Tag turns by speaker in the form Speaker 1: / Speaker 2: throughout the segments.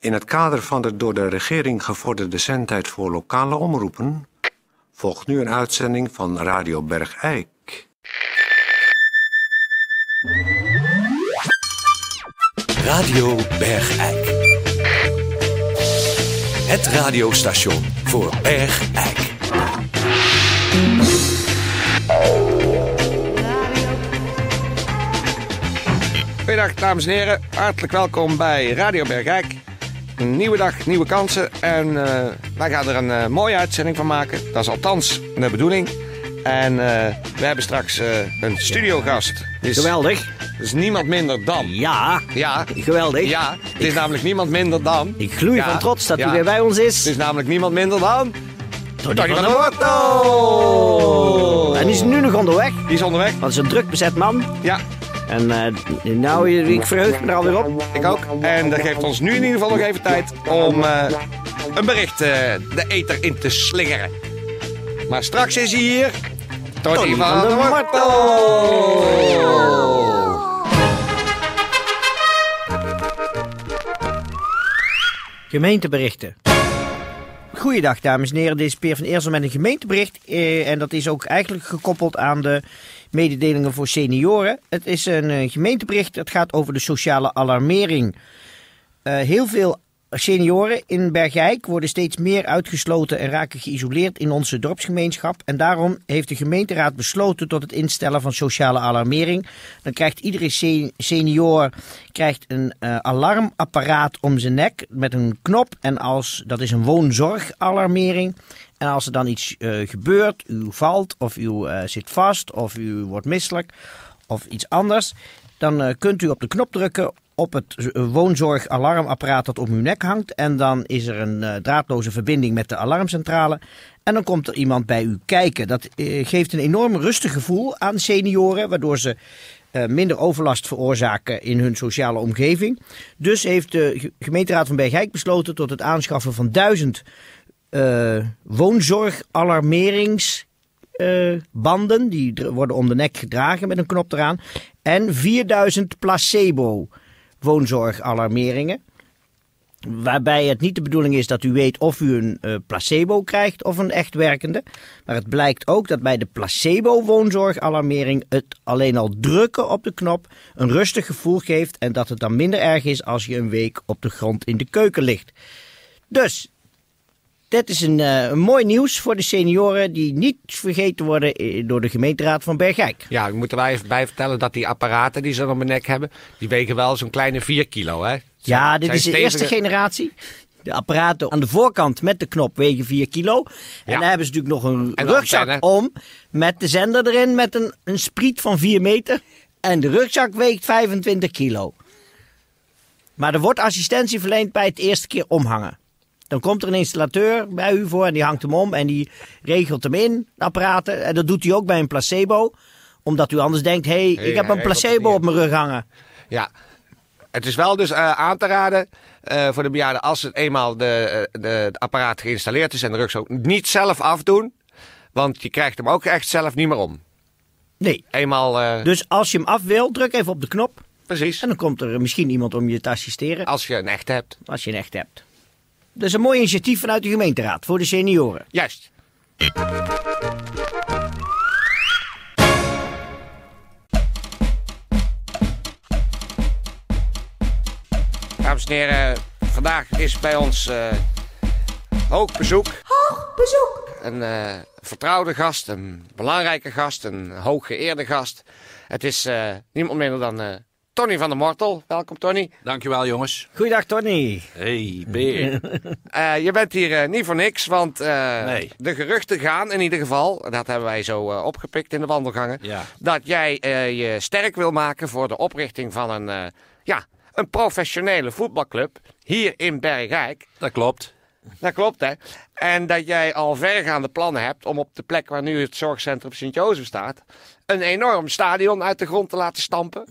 Speaker 1: In het kader van de door de regering gevorderde zendtijd voor lokale omroepen volgt nu een uitzending van Radio Bergijk.
Speaker 2: Radio Bergijk. Het radiostation voor Bergijk.
Speaker 3: Goedendag dames en heren, hartelijk welkom bij Radio Bergijk. Een nieuwe dag, nieuwe kansen en eh, wij gaan er een eh, mooie uitzending van maken. Dat is althans de bedoeling. En eh, we hebben straks eh, een studiogast. Dus,
Speaker 4: Geweldig.
Speaker 3: dus niemand minder dan.
Speaker 4: Ja.
Speaker 3: Ja,
Speaker 4: Geweldig.
Speaker 3: ja, het is namelijk niemand minder dan.
Speaker 4: Ik gloei
Speaker 3: Ja,
Speaker 4: van trots dat
Speaker 3: ja.
Speaker 4: u weer bij ons is.
Speaker 3: Het is namelijk niemand minder dan.
Speaker 4: Tony
Speaker 3: Tony
Speaker 4: van
Speaker 3: van der
Speaker 4: der
Speaker 3: Wortel!
Speaker 4: En die is nu nog onderweg.
Speaker 3: Die is onderweg.
Speaker 4: Want het is een druk bezet man.
Speaker 3: Ja,
Speaker 4: En eh, nou, ik verheug me er alweer op.
Speaker 3: ik ook. En dat geeft ons nu in ieder geval nog even tijd om eh, een bericht eh, de eter in te slingeren. Maar straks is hij hier. Tony, van,
Speaker 4: van
Speaker 3: der
Speaker 4: der
Speaker 3: Wortel!
Speaker 4: Gemeenteberichten. Goeiedag dames en heren, dit is Peer van Eersel met een gemeentebericht. eh, en dat is ook eigenlijk gekoppeld aan de mededelingen voor senioren. Het is een eh, gemeentebericht, het gaat over de sociale alarmering. Eh, heel veel senioren in Bergijk worden steeds meer uitgesloten en raken geïsoleerd in onze dorpsgemeenschap. En daarom heeft de gemeenteraad besloten tot het instellen van sociale alarmering. Dan krijgt iedere se- senior krijgt een eh, alarmapparaat om zijn nek met een knop. En als, dat is een woonzorgalarmering. En als er dan iets eh, gebeurt, u valt of u eh, zit vast of u wordt misselijk of iets anders, dan eh, kunt u op de knop drukken op het eh, woonzorgalarmapparaat dat om uw nek hangt. En dan is er een eh, draadloze verbinding met de alarmcentrale. En dan komt er iemand bij u kijken. Dat eh, geeft een enorm rustig gevoel aan senioren, waardoor ze eh, minder overlast veroorzaken in hun sociale omgeving. Dus heeft de ge- gemeenteraad van Bergijk besloten tot het aanschaffen van duizend eh woonzorgalarmerings eh, banden. Die dr- worden om de nek gedragen met een knop eraan. En 4000 placebo woonzorgalarmeringen. Waarbij het niet de bedoeling is dat u weet of u een eh, placebo krijgt of een echt werkende. Maar het blijkt ook dat bij de placebo-woonzorgalarmering het alleen al drukken op de knop een rustig gevoel geeft. En dat het dan minder erg is als je een week op de grond in de keuken ligt. Dus dit is een, eh, een mooi nieuws voor de senioren die niet vergeten worden eh, door de gemeenteraad van Bergijk.
Speaker 3: Ja, ik moet er wel even bij vertellen dat die apparaten die ze dan op mijn nek hebben, die wegen wel zo'n kleine 4 kilo, hè?
Speaker 4: Ja, dit
Speaker 3: Zijn
Speaker 4: is de
Speaker 3: stevige-
Speaker 4: eerste generatie. De apparaten aan de voorkant met de knop wegen 4 kilo. En
Speaker 3: Ja.
Speaker 4: daar hebben ze natuurlijk nog een
Speaker 3: En de
Speaker 4: rugzak
Speaker 3: antenne.
Speaker 4: om met de zender erin met een, een spriet van 4 meter. En de rugzak weegt 25 kilo. Maar er wordt assistentie verleend bij het eerste keer omhangen. Dan komt er een installateur bij u voor en die hangt hem om en die regelt hem in, de apparaten. En dat doet hij ook bij een placebo. Omdat u anders denkt, hé, hey,
Speaker 3: Hey,
Speaker 4: ik heb
Speaker 3: hij
Speaker 4: een
Speaker 3: regelt het
Speaker 4: placebo
Speaker 3: niet.
Speaker 4: op mijn rug hangen.
Speaker 3: Ja. Het is wel dus eh, aan te raden eh, voor de bejaarden als het eenmaal de, eh, de, het apparaat geïnstalleerd is en de rugzak niet zelf afdoen. Want je krijgt hem ook echt zelf niet meer om.
Speaker 4: Nee.
Speaker 3: Eenmaal, eh,
Speaker 4: Dus als je hem af wil, druk even op de knop.
Speaker 3: precies,
Speaker 4: En dan komt er misschien iemand om je te assisteren
Speaker 3: als je een echte hebt.
Speaker 4: als je een echt hebt. Dat is een mooi initiatief vanuit de gemeenteraad voor de senioren.
Speaker 3: Juist. Dames en heren, vandaag is bij ons eh hoog bezoek. Een eh, vertrouwde gast, een belangrijke gast, een hooggeëerde gast. Het is eh, niemand minder dan eh, Tony van der Mortel. Welkom, Tony.
Speaker 5: Dankjewel, jongens.
Speaker 4: Goeiedag Tony.
Speaker 5: Hey, Beer.
Speaker 3: Eh, je bent hier eh, niet voor niks, want eh,
Speaker 5: Nee.
Speaker 3: de geruchten gaan in ieder geval, dat hebben wij zo eh, opgepikt in de wandelgangen,
Speaker 5: Ja.
Speaker 3: dat jij eh, je sterk wil maken voor de oprichting van een, eh, ja, een professionele voetbalclub hier in Bergrijk.
Speaker 5: Dat klopt.
Speaker 3: Dat klopt, hè? En dat jij al vergaande plannen hebt om op de plek waar nu het zorgcentrum Sint-Jozef staat, een enorm stadion uit de grond te laten stampen.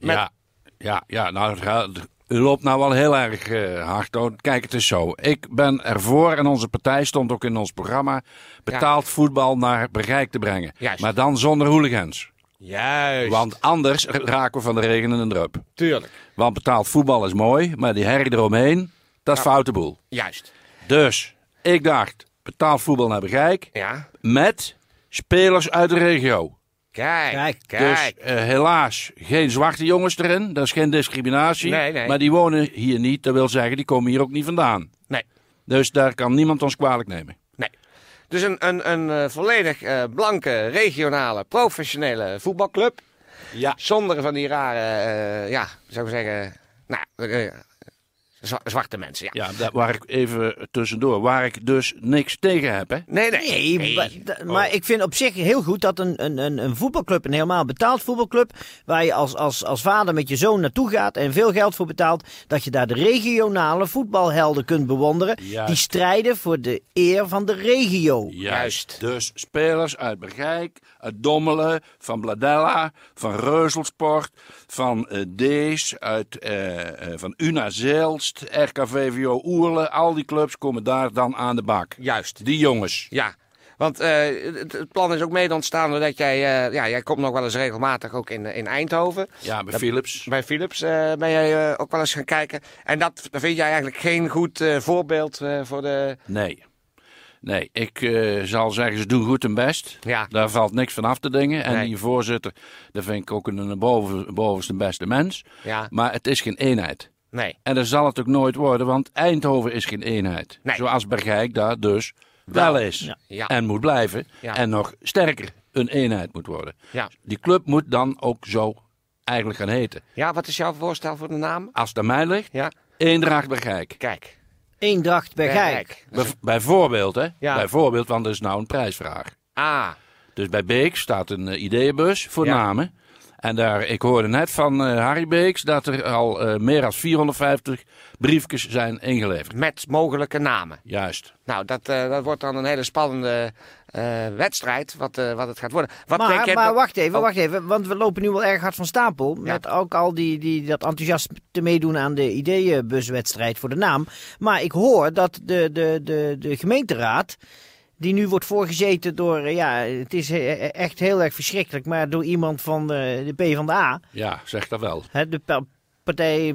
Speaker 3: Met-
Speaker 5: Ja, ja, ja. Nou, het gaat- u loopt nou wel heel erg eh, hard. hoor. Kijk, het is zo. Ik ben ervoor en onze partij stond ook in ons programma betaald voetbal naar bereik te brengen.
Speaker 3: Juist.
Speaker 5: Maar dan zonder hooligans.
Speaker 3: Juist.
Speaker 5: Want anders raken we van de regen in de drup.
Speaker 3: Tuurlijk.
Speaker 5: Want betaald voetbal is mooi, maar die herrie eromheen, Dat is foute boel.
Speaker 3: Juist.
Speaker 5: Dus ik dacht, betaald voetbal naar Begrijk
Speaker 3: Ja.
Speaker 5: met spelers uit de regio.
Speaker 3: Kijk. Kijk.
Speaker 4: Kijk.
Speaker 5: Dus eh, helaas geen zwarte jongens erin. Dat is geen discriminatie.
Speaker 3: Nee, nee.
Speaker 5: Maar die wonen hier niet. Dat wil zeggen, die komen hier ook niet vandaan.
Speaker 3: nee.
Speaker 5: Dus daar kan niemand ons kwalijk nemen.
Speaker 3: Nee. Dus een, een, een eh, volledig eh, blanke, regionale, professionele voetbalclub.
Speaker 5: Ja.
Speaker 3: Zonder van die rare, eh, ja, zou ik zeggen, nou, eh, zwa- zwarte mensen. Ja.
Speaker 5: Ja, dat, waar ik even tussendoor, waar ik dus niks tegen heb. Hè?
Speaker 3: Nee, nee.
Speaker 4: Nee, maar, d- maar ik vind op zich heel goed dat een, een, een, een voetbalclub, een helemaal betaald voetbalclub, waar je als, als, als vader met je zoon naartoe gaat en veel geld voor betaalt, dat je daar de regionale voetbalhelden kunt bewonderen.
Speaker 5: Juist.
Speaker 4: Die strijden voor de eer van de regio.
Speaker 3: Juist.
Speaker 5: Dus spelers uit Bergijk, uit Dommelen, van Bladella, van Reuzelsport, van eh, Dees, uit, eh, eh, van Una Zeelst, RKVVO Oerle. Al die clubs komen daar dan aan de bak.
Speaker 3: Juist.
Speaker 5: Die jongens.
Speaker 3: Ja. Want eh, het, het plan is ook mede ontstaan doordat jij, eh, ja, jij komt nog wel eens regelmatig ook in, eh, in Eindhoven.
Speaker 5: Ja, bij Philips.
Speaker 3: Bij Philips eh, ben jij eh, ook wel eens gaan kijken. En dat, dat vind jij eigenlijk geen goed eh, voorbeeld eh, voor de...
Speaker 5: Nee. Nee, ik eh, zal zeggen, ze doen goed hun best.
Speaker 3: Ja.
Speaker 5: Daar valt niks van af te dingen. En
Speaker 3: Nee.
Speaker 5: die voorzitter, dat vind ik ook een boven, bovenste beste mens.
Speaker 3: Ja.
Speaker 5: Maar het is geen eenheid.
Speaker 3: Nee.
Speaker 5: En dat zal het ook nooit worden, want Eindhoven is geen eenheid.
Speaker 3: Nee.
Speaker 5: Zoals Bergijk daar dus wel is.
Speaker 3: Ja.
Speaker 5: En moet blijven.
Speaker 3: Ja.
Speaker 5: En nog sterker een eenheid moet worden.
Speaker 3: Ja.
Speaker 5: Die club moet dan ook zo eigenlijk gaan heten.
Speaker 3: Ja, wat is jouw voorstel voor de naam?
Speaker 5: Als het aan mij ligt,
Speaker 3: Ja,
Speaker 5: Eendracht Bergijk.
Speaker 3: kijk.
Speaker 4: Eendracht bij Gijk.
Speaker 3: Kijk.
Speaker 5: Bijv- bijvoorbeeld, hè?
Speaker 3: Ja.
Speaker 5: Bijvoorbeeld, want dat is nou een prijsvraag.
Speaker 3: Ah,
Speaker 5: Dus bij Beeks staat een eh, ideeënbus voor
Speaker 3: Ja.
Speaker 5: namen. En daar, ik hoorde net van eh, Harry Beeks dat er al eh, meer dan 450 briefjes zijn ingeleverd.
Speaker 3: met mogelijke namen.
Speaker 5: Juist.
Speaker 3: Nou, dat, eh, dat wordt dan een hele spannende eh, wedstrijd, wat, eh, wat het gaat worden. Wat denk
Speaker 4: Maar,
Speaker 3: jij-
Speaker 4: maar wacht even,
Speaker 3: Oh,
Speaker 4: wacht even, want we lopen nu wel erg hard van stapel. Met ook al die, die, dat enthousiast te meedoen aan de ideeënbuswedstrijd voor de naam. Maar ik hoor dat de, de, de, de gemeenteraad, die nu wordt voorgezeten door, eh, ja, het is eh, echt heel erg verschrikkelijk, maar door iemand van de, de P van de A,
Speaker 5: Ja, zeg dat wel.
Speaker 4: hè, de pa- partij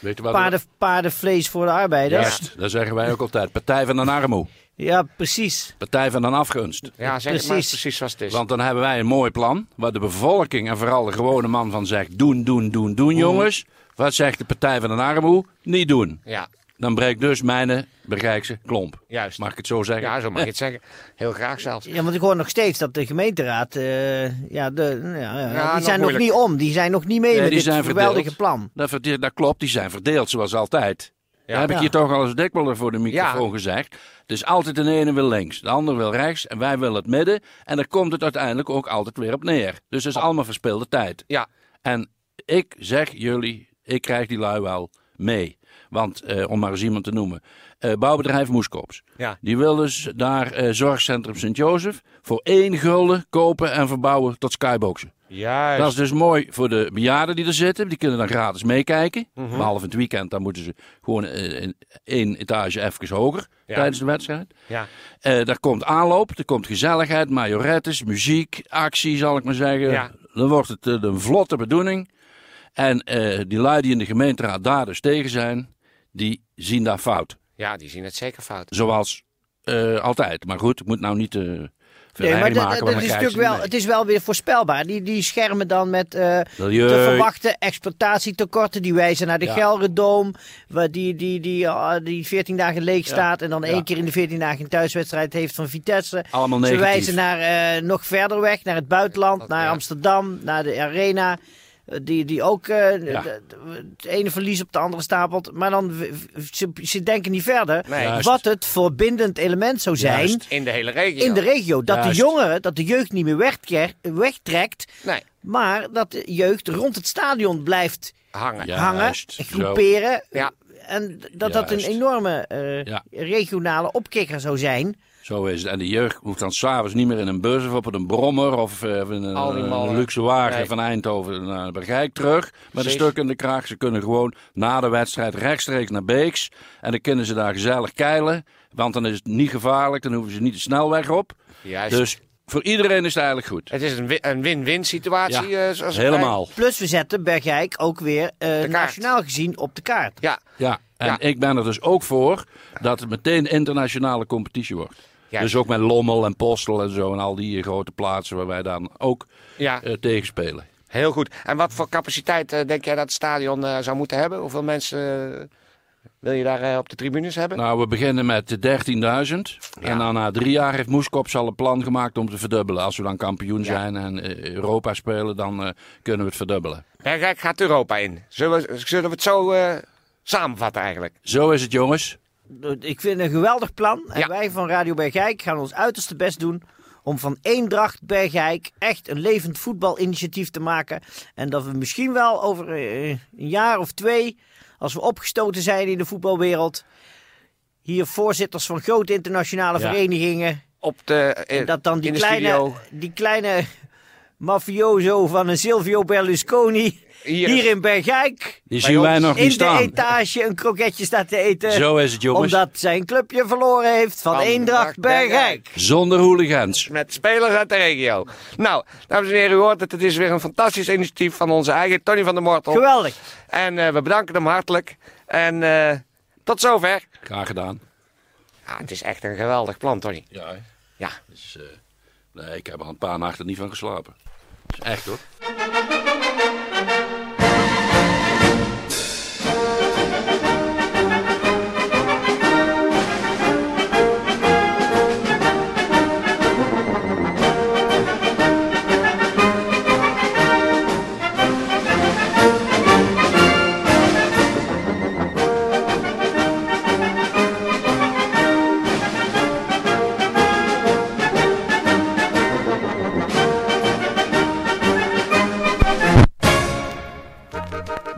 Speaker 5: Weet je wat?
Speaker 4: paarden, Paardenvlees voor de Arbeiders.
Speaker 5: Juist, dat zeggen wij ook altijd. Partij van de armoe.
Speaker 4: Ja, precies.
Speaker 5: Partij van de afgunst.
Speaker 3: Ja, zeg het maar
Speaker 4: Precies.
Speaker 3: precies zoals het is.
Speaker 5: Want dan hebben wij een mooi plan. Waar de bevolking en vooral de gewone man van zegt: doen, doen, doen, doen, jongens. Wat zegt de Partij van de armoe? Niet doen.
Speaker 3: Ja,
Speaker 5: Dan breekt dus mijn Bergijkse klomp.
Speaker 3: Juist.
Speaker 5: Mag ik het zo zeggen?
Speaker 3: ja, zo mag je het zeggen. Heel graag zelfs.
Speaker 4: Ja, want ik hoor nog steeds dat de gemeenteraad, eh, ja, de, ja, ja,
Speaker 3: Ja, nog
Speaker 4: die zijn nog,
Speaker 3: moeilijk.
Speaker 4: niet om, die zijn nog niet mee
Speaker 5: Nee,
Speaker 4: met
Speaker 5: die
Speaker 4: dit
Speaker 5: zijn
Speaker 4: geweldige
Speaker 5: verdeeld.
Speaker 4: plan.
Speaker 5: Dat, verde- dat klopt, die zijn verdeeld zoals altijd. Dat heb ik
Speaker 4: Ja.
Speaker 5: hier toch al eens dikwijls voor de microfoon
Speaker 3: Ja.
Speaker 5: gezegd. Het is altijd de ene wil links, de ander wil rechts en wij willen het midden. En daar komt het uiteindelijk ook altijd weer op neer. Dus dat is allemaal verspilde tijd.
Speaker 3: Ja,
Speaker 5: En ik zeg jullie, ik krijg die lui wel mee. Want, eh, om maar eens iemand te noemen, eh, bouwbedrijf Moeskops.
Speaker 3: Ja.
Speaker 5: Die wil dus daar eh, zorgcentrum Sint-Jozef voor één gulden kopen en verbouwen tot skyboxen.
Speaker 3: juist.
Speaker 5: Dat is dus mooi voor de bejaarden die er zitten. Die kunnen dan gratis meekijken.
Speaker 4: Mhm.
Speaker 5: Behalve het weekend, dan moeten ze gewoon eh, in- één etage even hoger
Speaker 3: Ja.
Speaker 5: tijdens de wedstrijd.
Speaker 3: Ja,
Speaker 5: Eh, daar komt aanloop, er komt gezelligheid, majorettes, muziek, actie zal ik maar zeggen.
Speaker 3: Ja.
Speaker 5: Dan wordt het eh, een vlotte bedoeling. En eh, die lui die in de gemeenteraad daar dus tegen zijn, die zien daar fout.
Speaker 3: ja, die zien het zeker fout.
Speaker 5: Zoals eh, altijd. Maar goed, ik moet nou niet... eh veel
Speaker 4: Nee, maar dat-
Speaker 5: herrie maken,
Speaker 4: dat-
Speaker 5: want
Speaker 4: dat
Speaker 5: dan
Speaker 4: is
Speaker 5: krijg je
Speaker 4: natuurlijk wel,
Speaker 5: niet
Speaker 4: het is wel weer voorspelbaar. Die, die schermen dan met eh,
Speaker 5: Milieu.
Speaker 4: te verwachten exploitatietekorten. Die wijzen naar de
Speaker 5: Ja.
Speaker 4: Gelredoom, waar die, die, die, ah, die 14 dagen leeg staat. En dan
Speaker 5: Ja.
Speaker 4: één keer in de 14 dagen een thuiswedstrijd heeft van Vitesse.
Speaker 5: Allemaal
Speaker 4: Ze
Speaker 5: negatief.
Speaker 4: wijzen naar, eh, nog verder weg, naar het buitenland, naar
Speaker 3: ja.
Speaker 4: Amsterdam, naar de Arena. eh, Die, die ook eh,
Speaker 5: Ja.
Speaker 4: d- d- het ene verlies op de andere stapelt. Maar dan, w- w- ze, ze denken niet verder
Speaker 3: Nee.
Speaker 5: Juist.
Speaker 4: wat het verbindend element zou zijn
Speaker 5: Juist.
Speaker 3: In de hele regio.
Speaker 4: in de regio. Dat
Speaker 5: Juist.
Speaker 4: de jongeren, dat de jeugd niet meer wegker- wegtrekt,
Speaker 3: Nee,
Speaker 4: maar dat de jeugd rond het stadion blijft
Speaker 3: hangen.
Speaker 5: Ja.
Speaker 4: hangen,
Speaker 5: Juist, zo.
Speaker 4: groeperen.
Speaker 3: Ja.
Speaker 4: En d- dat dat een
Speaker 5: Juist.
Speaker 4: enorme eh,
Speaker 5: Ja.
Speaker 4: regionale opkikker zou zijn.
Speaker 5: Zo is het. En de jeugd hoeft dan s'avonds niet meer in een bus of op een brommer of eh, in een,
Speaker 3: Al die
Speaker 5: een
Speaker 3: mannen.
Speaker 5: luxe wagen
Speaker 3: Nee.
Speaker 5: van Eindhoven naar Bergijk terug. Met een
Speaker 3: Precies.
Speaker 5: stuk in de kraag. Ze kunnen gewoon na de wedstrijd rechtstreeks naar Beeks. En dan kunnen ze daar gezellig keilen. Want dan is het niet gevaarlijk. Dan hoeven ze niet de snelweg op.
Speaker 3: Juist.
Speaker 5: Dus voor iedereen is het eigenlijk goed.
Speaker 3: Het is een wi- een win-win situatie. eh, zoals het
Speaker 5: helemaal.
Speaker 4: Plus we zetten Bergijk ook weer eh,
Speaker 3: kaart.
Speaker 4: nationaal gezien op de kaart.
Speaker 3: lijkt. Ja,
Speaker 5: Ja, En
Speaker 3: Ja.
Speaker 5: ik ben er dus ook voor dat het meteen internationale competitie wordt.
Speaker 3: Juist.
Speaker 5: Dus ook met Lommel en Postel en zo en al die grote plaatsen waar wij dan ook
Speaker 3: Ja.
Speaker 5: eh, tegenspelen.
Speaker 3: Heel goed. En wat voor capaciteit eh, denk jij dat het stadion eh, zou moeten hebben? Hoeveel mensen eh, wil je daar eh, op de tribunes hebben?
Speaker 5: Nou, we beginnen met 13.000. En dan na drie jaar heeft Moeskops al een plan gemaakt om te verdubbelen. Als we dan kampioen zijn en eh, Europa spelen, dan eh, kunnen we het verdubbelen.
Speaker 3: Bergrijk gaat Europa in. Zullen we, zullen we het zo eh, samenvatten eigenlijk?
Speaker 5: Zo is het, jongens.
Speaker 4: Ik vind het een geweldig plan. En
Speaker 3: Ja.
Speaker 4: wij van Radio Bergijk gaan ons uiterste best doen om van Eendracht Bergijk echt een levend voetbalinitiatief te maken. En dat we misschien wel over eh, een jaar of twee, als we opgestoten zijn in de voetbalwereld, hier voorzitters van grote internationale
Speaker 5: Ja.
Speaker 4: verenigingen,
Speaker 3: Op de, eh,
Speaker 4: en dat dan die
Speaker 3: in de
Speaker 4: kleine,
Speaker 3: studio.
Speaker 4: die kleine mafioso van een Silvio Berlusconi
Speaker 3: Hier.
Speaker 4: hier, in Bergijk
Speaker 5: Die
Speaker 3: Bij
Speaker 5: zien wij
Speaker 3: ons
Speaker 5: nog
Speaker 4: in
Speaker 5: niet
Speaker 4: de
Speaker 5: staan.
Speaker 4: etage een kroketje staat te eten.
Speaker 5: Zo is het, jongens.
Speaker 4: Omdat zijn clubje verloren heeft van,
Speaker 3: Van
Speaker 4: Eendracht
Speaker 3: Bergijk.
Speaker 4: Bergijk.
Speaker 5: Zonder hooligans.
Speaker 3: Met spelers uit de regio. Nou, dames en heren, u hoort het. Het is weer een fantastisch initiatief van onze eigen Tony van der Mortel.
Speaker 4: Geweldig.
Speaker 3: En eh, we bedanken hem hartelijk. En eh, tot zover.
Speaker 5: Graag gedaan.
Speaker 3: Ja, het is echt een geweldig plan, Tony.
Speaker 5: Ja, hè?
Speaker 3: Ja.
Speaker 5: Dus, eh, nee, ik heb er een paar nachten niet van geslapen. Dat is echt hoor.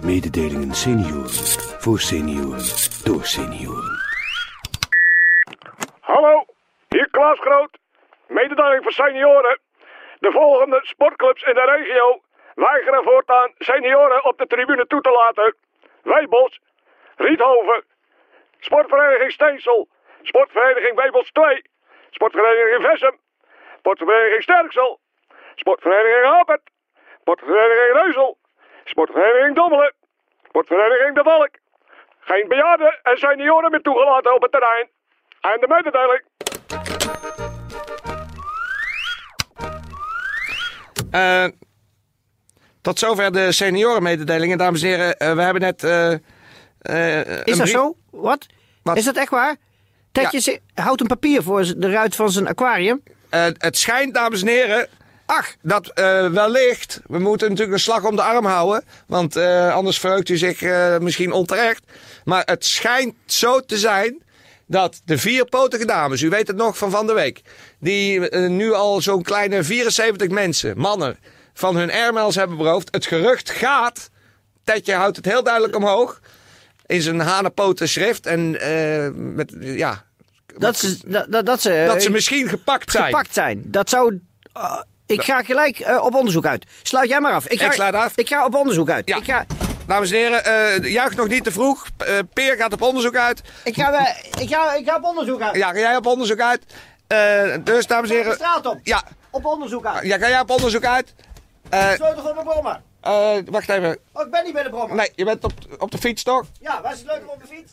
Speaker 2: Mededelingen senioren. Voor senioren. Door senioren.
Speaker 6: Hallo, hier Klaas Groot. Mededeling voor senioren. De volgende sportclubs in de regio weigeren voortaan senioren op de tribune toe te laten. Weibels, Riethoven, Sportvereniging Steensel, Sportvereniging Weibels 2, Sportvereniging Vessem, Sportvereniging Sterksel, Sportvereniging Hapert, Sportvereniging Reuzel, Sportvereniging Dommelen, Sportvereniging De Valk. Geen bejaarden en senioren meer toegelaten op het terrein. En de mededeling.
Speaker 3: Eh, tot zover de seniorenmededelingen, dames en heren. Eh, we hebben net. eh, eh, een
Speaker 4: Is dat
Speaker 3: brief-
Speaker 4: zo? Wat?
Speaker 3: Wat?
Speaker 4: Is dat echt waar?
Speaker 3: Ja.
Speaker 4: Tedje zi- houdt een papier voor z- de ruit van zijn aquarium.
Speaker 3: Eh, het schijnt, dames en heren. Ach, dat eh, wellicht. We moeten natuurlijk een slag om de arm houden. Want eh, anders verheugt u zich eh, misschien onterecht. Maar het schijnt zo te zijn. Dat de vierpotige dames, u weet het nog van van de week. Die eh, nu al zo'n kleine 74 mensen, mannen, van hun airmails hebben beroofd. Het gerucht gaat. Tetje houdt het heel duidelijk omhoog. In zijn hanenpoten schrift. En eh, met, ja,
Speaker 4: Dat ze, dat, dat, dat ze,
Speaker 3: dat ze
Speaker 4: eh,
Speaker 3: misschien gepakt zijn.
Speaker 4: gepakt zijn. Dat zou... ah, ik ga gelijk eh, op onderzoek uit. Sluit jij maar af. ga,
Speaker 3: Ik sluit af.
Speaker 4: Ik ga op onderzoek uit.
Speaker 3: Ja.
Speaker 4: Ik ga,
Speaker 3: Dames en heren, eh juich nog niet te vroeg. P- eh, Peer gaat op onderzoek uit.
Speaker 4: ik ga, eh, ik ga, ik ga op onderzoek uit.
Speaker 3: Ja, ga jij op onderzoek uit? Eh, dus, dames en
Speaker 4: De
Speaker 3: heren.
Speaker 4: straat op.
Speaker 3: Ja,
Speaker 4: Op onderzoek uit.
Speaker 3: ja, ga jij op onderzoek uit? Eh,
Speaker 4: Sleutel van de brommer.
Speaker 3: eh, wacht even.
Speaker 4: Oh, ik ben niet bij de brommer.
Speaker 3: Nee, je bent op, op de fiets toch?
Speaker 4: Ja, waar is de sleutel op de fiets?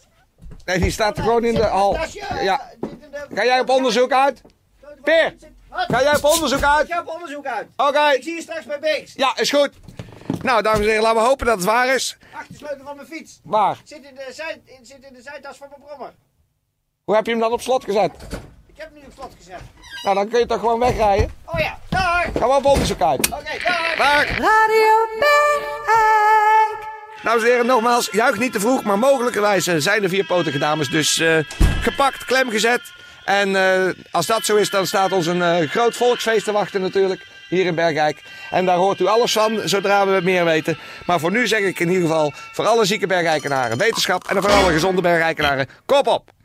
Speaker 3: Nee, die staat er gewoon in de hal.
Speaker 4: eh,
Speaker 3: Ja. Ga jij op onderzoek uit? Peer, ga jij op onderzoek uit? Oh,
Speaker 4: Ik ga op onderzoek uit.
Speaker 3: Oké,
Speaker 4: Ik zie je straks bij Beeks.
Speaker 3: ja, is goed. Nou, dames en heren, laten we hopen dat het waar is.
Speaker 4: Achter de sleutel van mijn fiets.
Speaker 3: Waar?
Speaker 4: Zit in de, zij, in, zit in de zijtas van mijn brommer.
Speaker 3: Hoe heb je hem dan op slot gezet?
Speaker 4: Ik heb hem nu op slot gezet.
Speaker 3: Nou, dan kun je toch gewoon wegrijden?
Speaker 4: Oh ja, daar. Oké,
Speaker 3: Ga maar op onderzoek uit.
Speaker 4: daar.
Speaker 3: Dag.
Speaker 7: Radio Bergijk.
Speaker 3: Dames en Nou, heren, nogmaals, juich niet te vroeg, maar mogelijkerwijs eh, zijn de vierpotige dames dus eh, gepakt, klem gezet. En eh, als dat zo is, dan staat ons een eh, groot volksfeest te wachten natuurlijk, hier in Bergijk. En daar hoort u alles van, zodra we meer weten. Maar voor nu zeg ik in ieder geval, voor alle zieke Bergijkenaren, wetenschap en voor alle gezonde Bergijkenaren, kop op!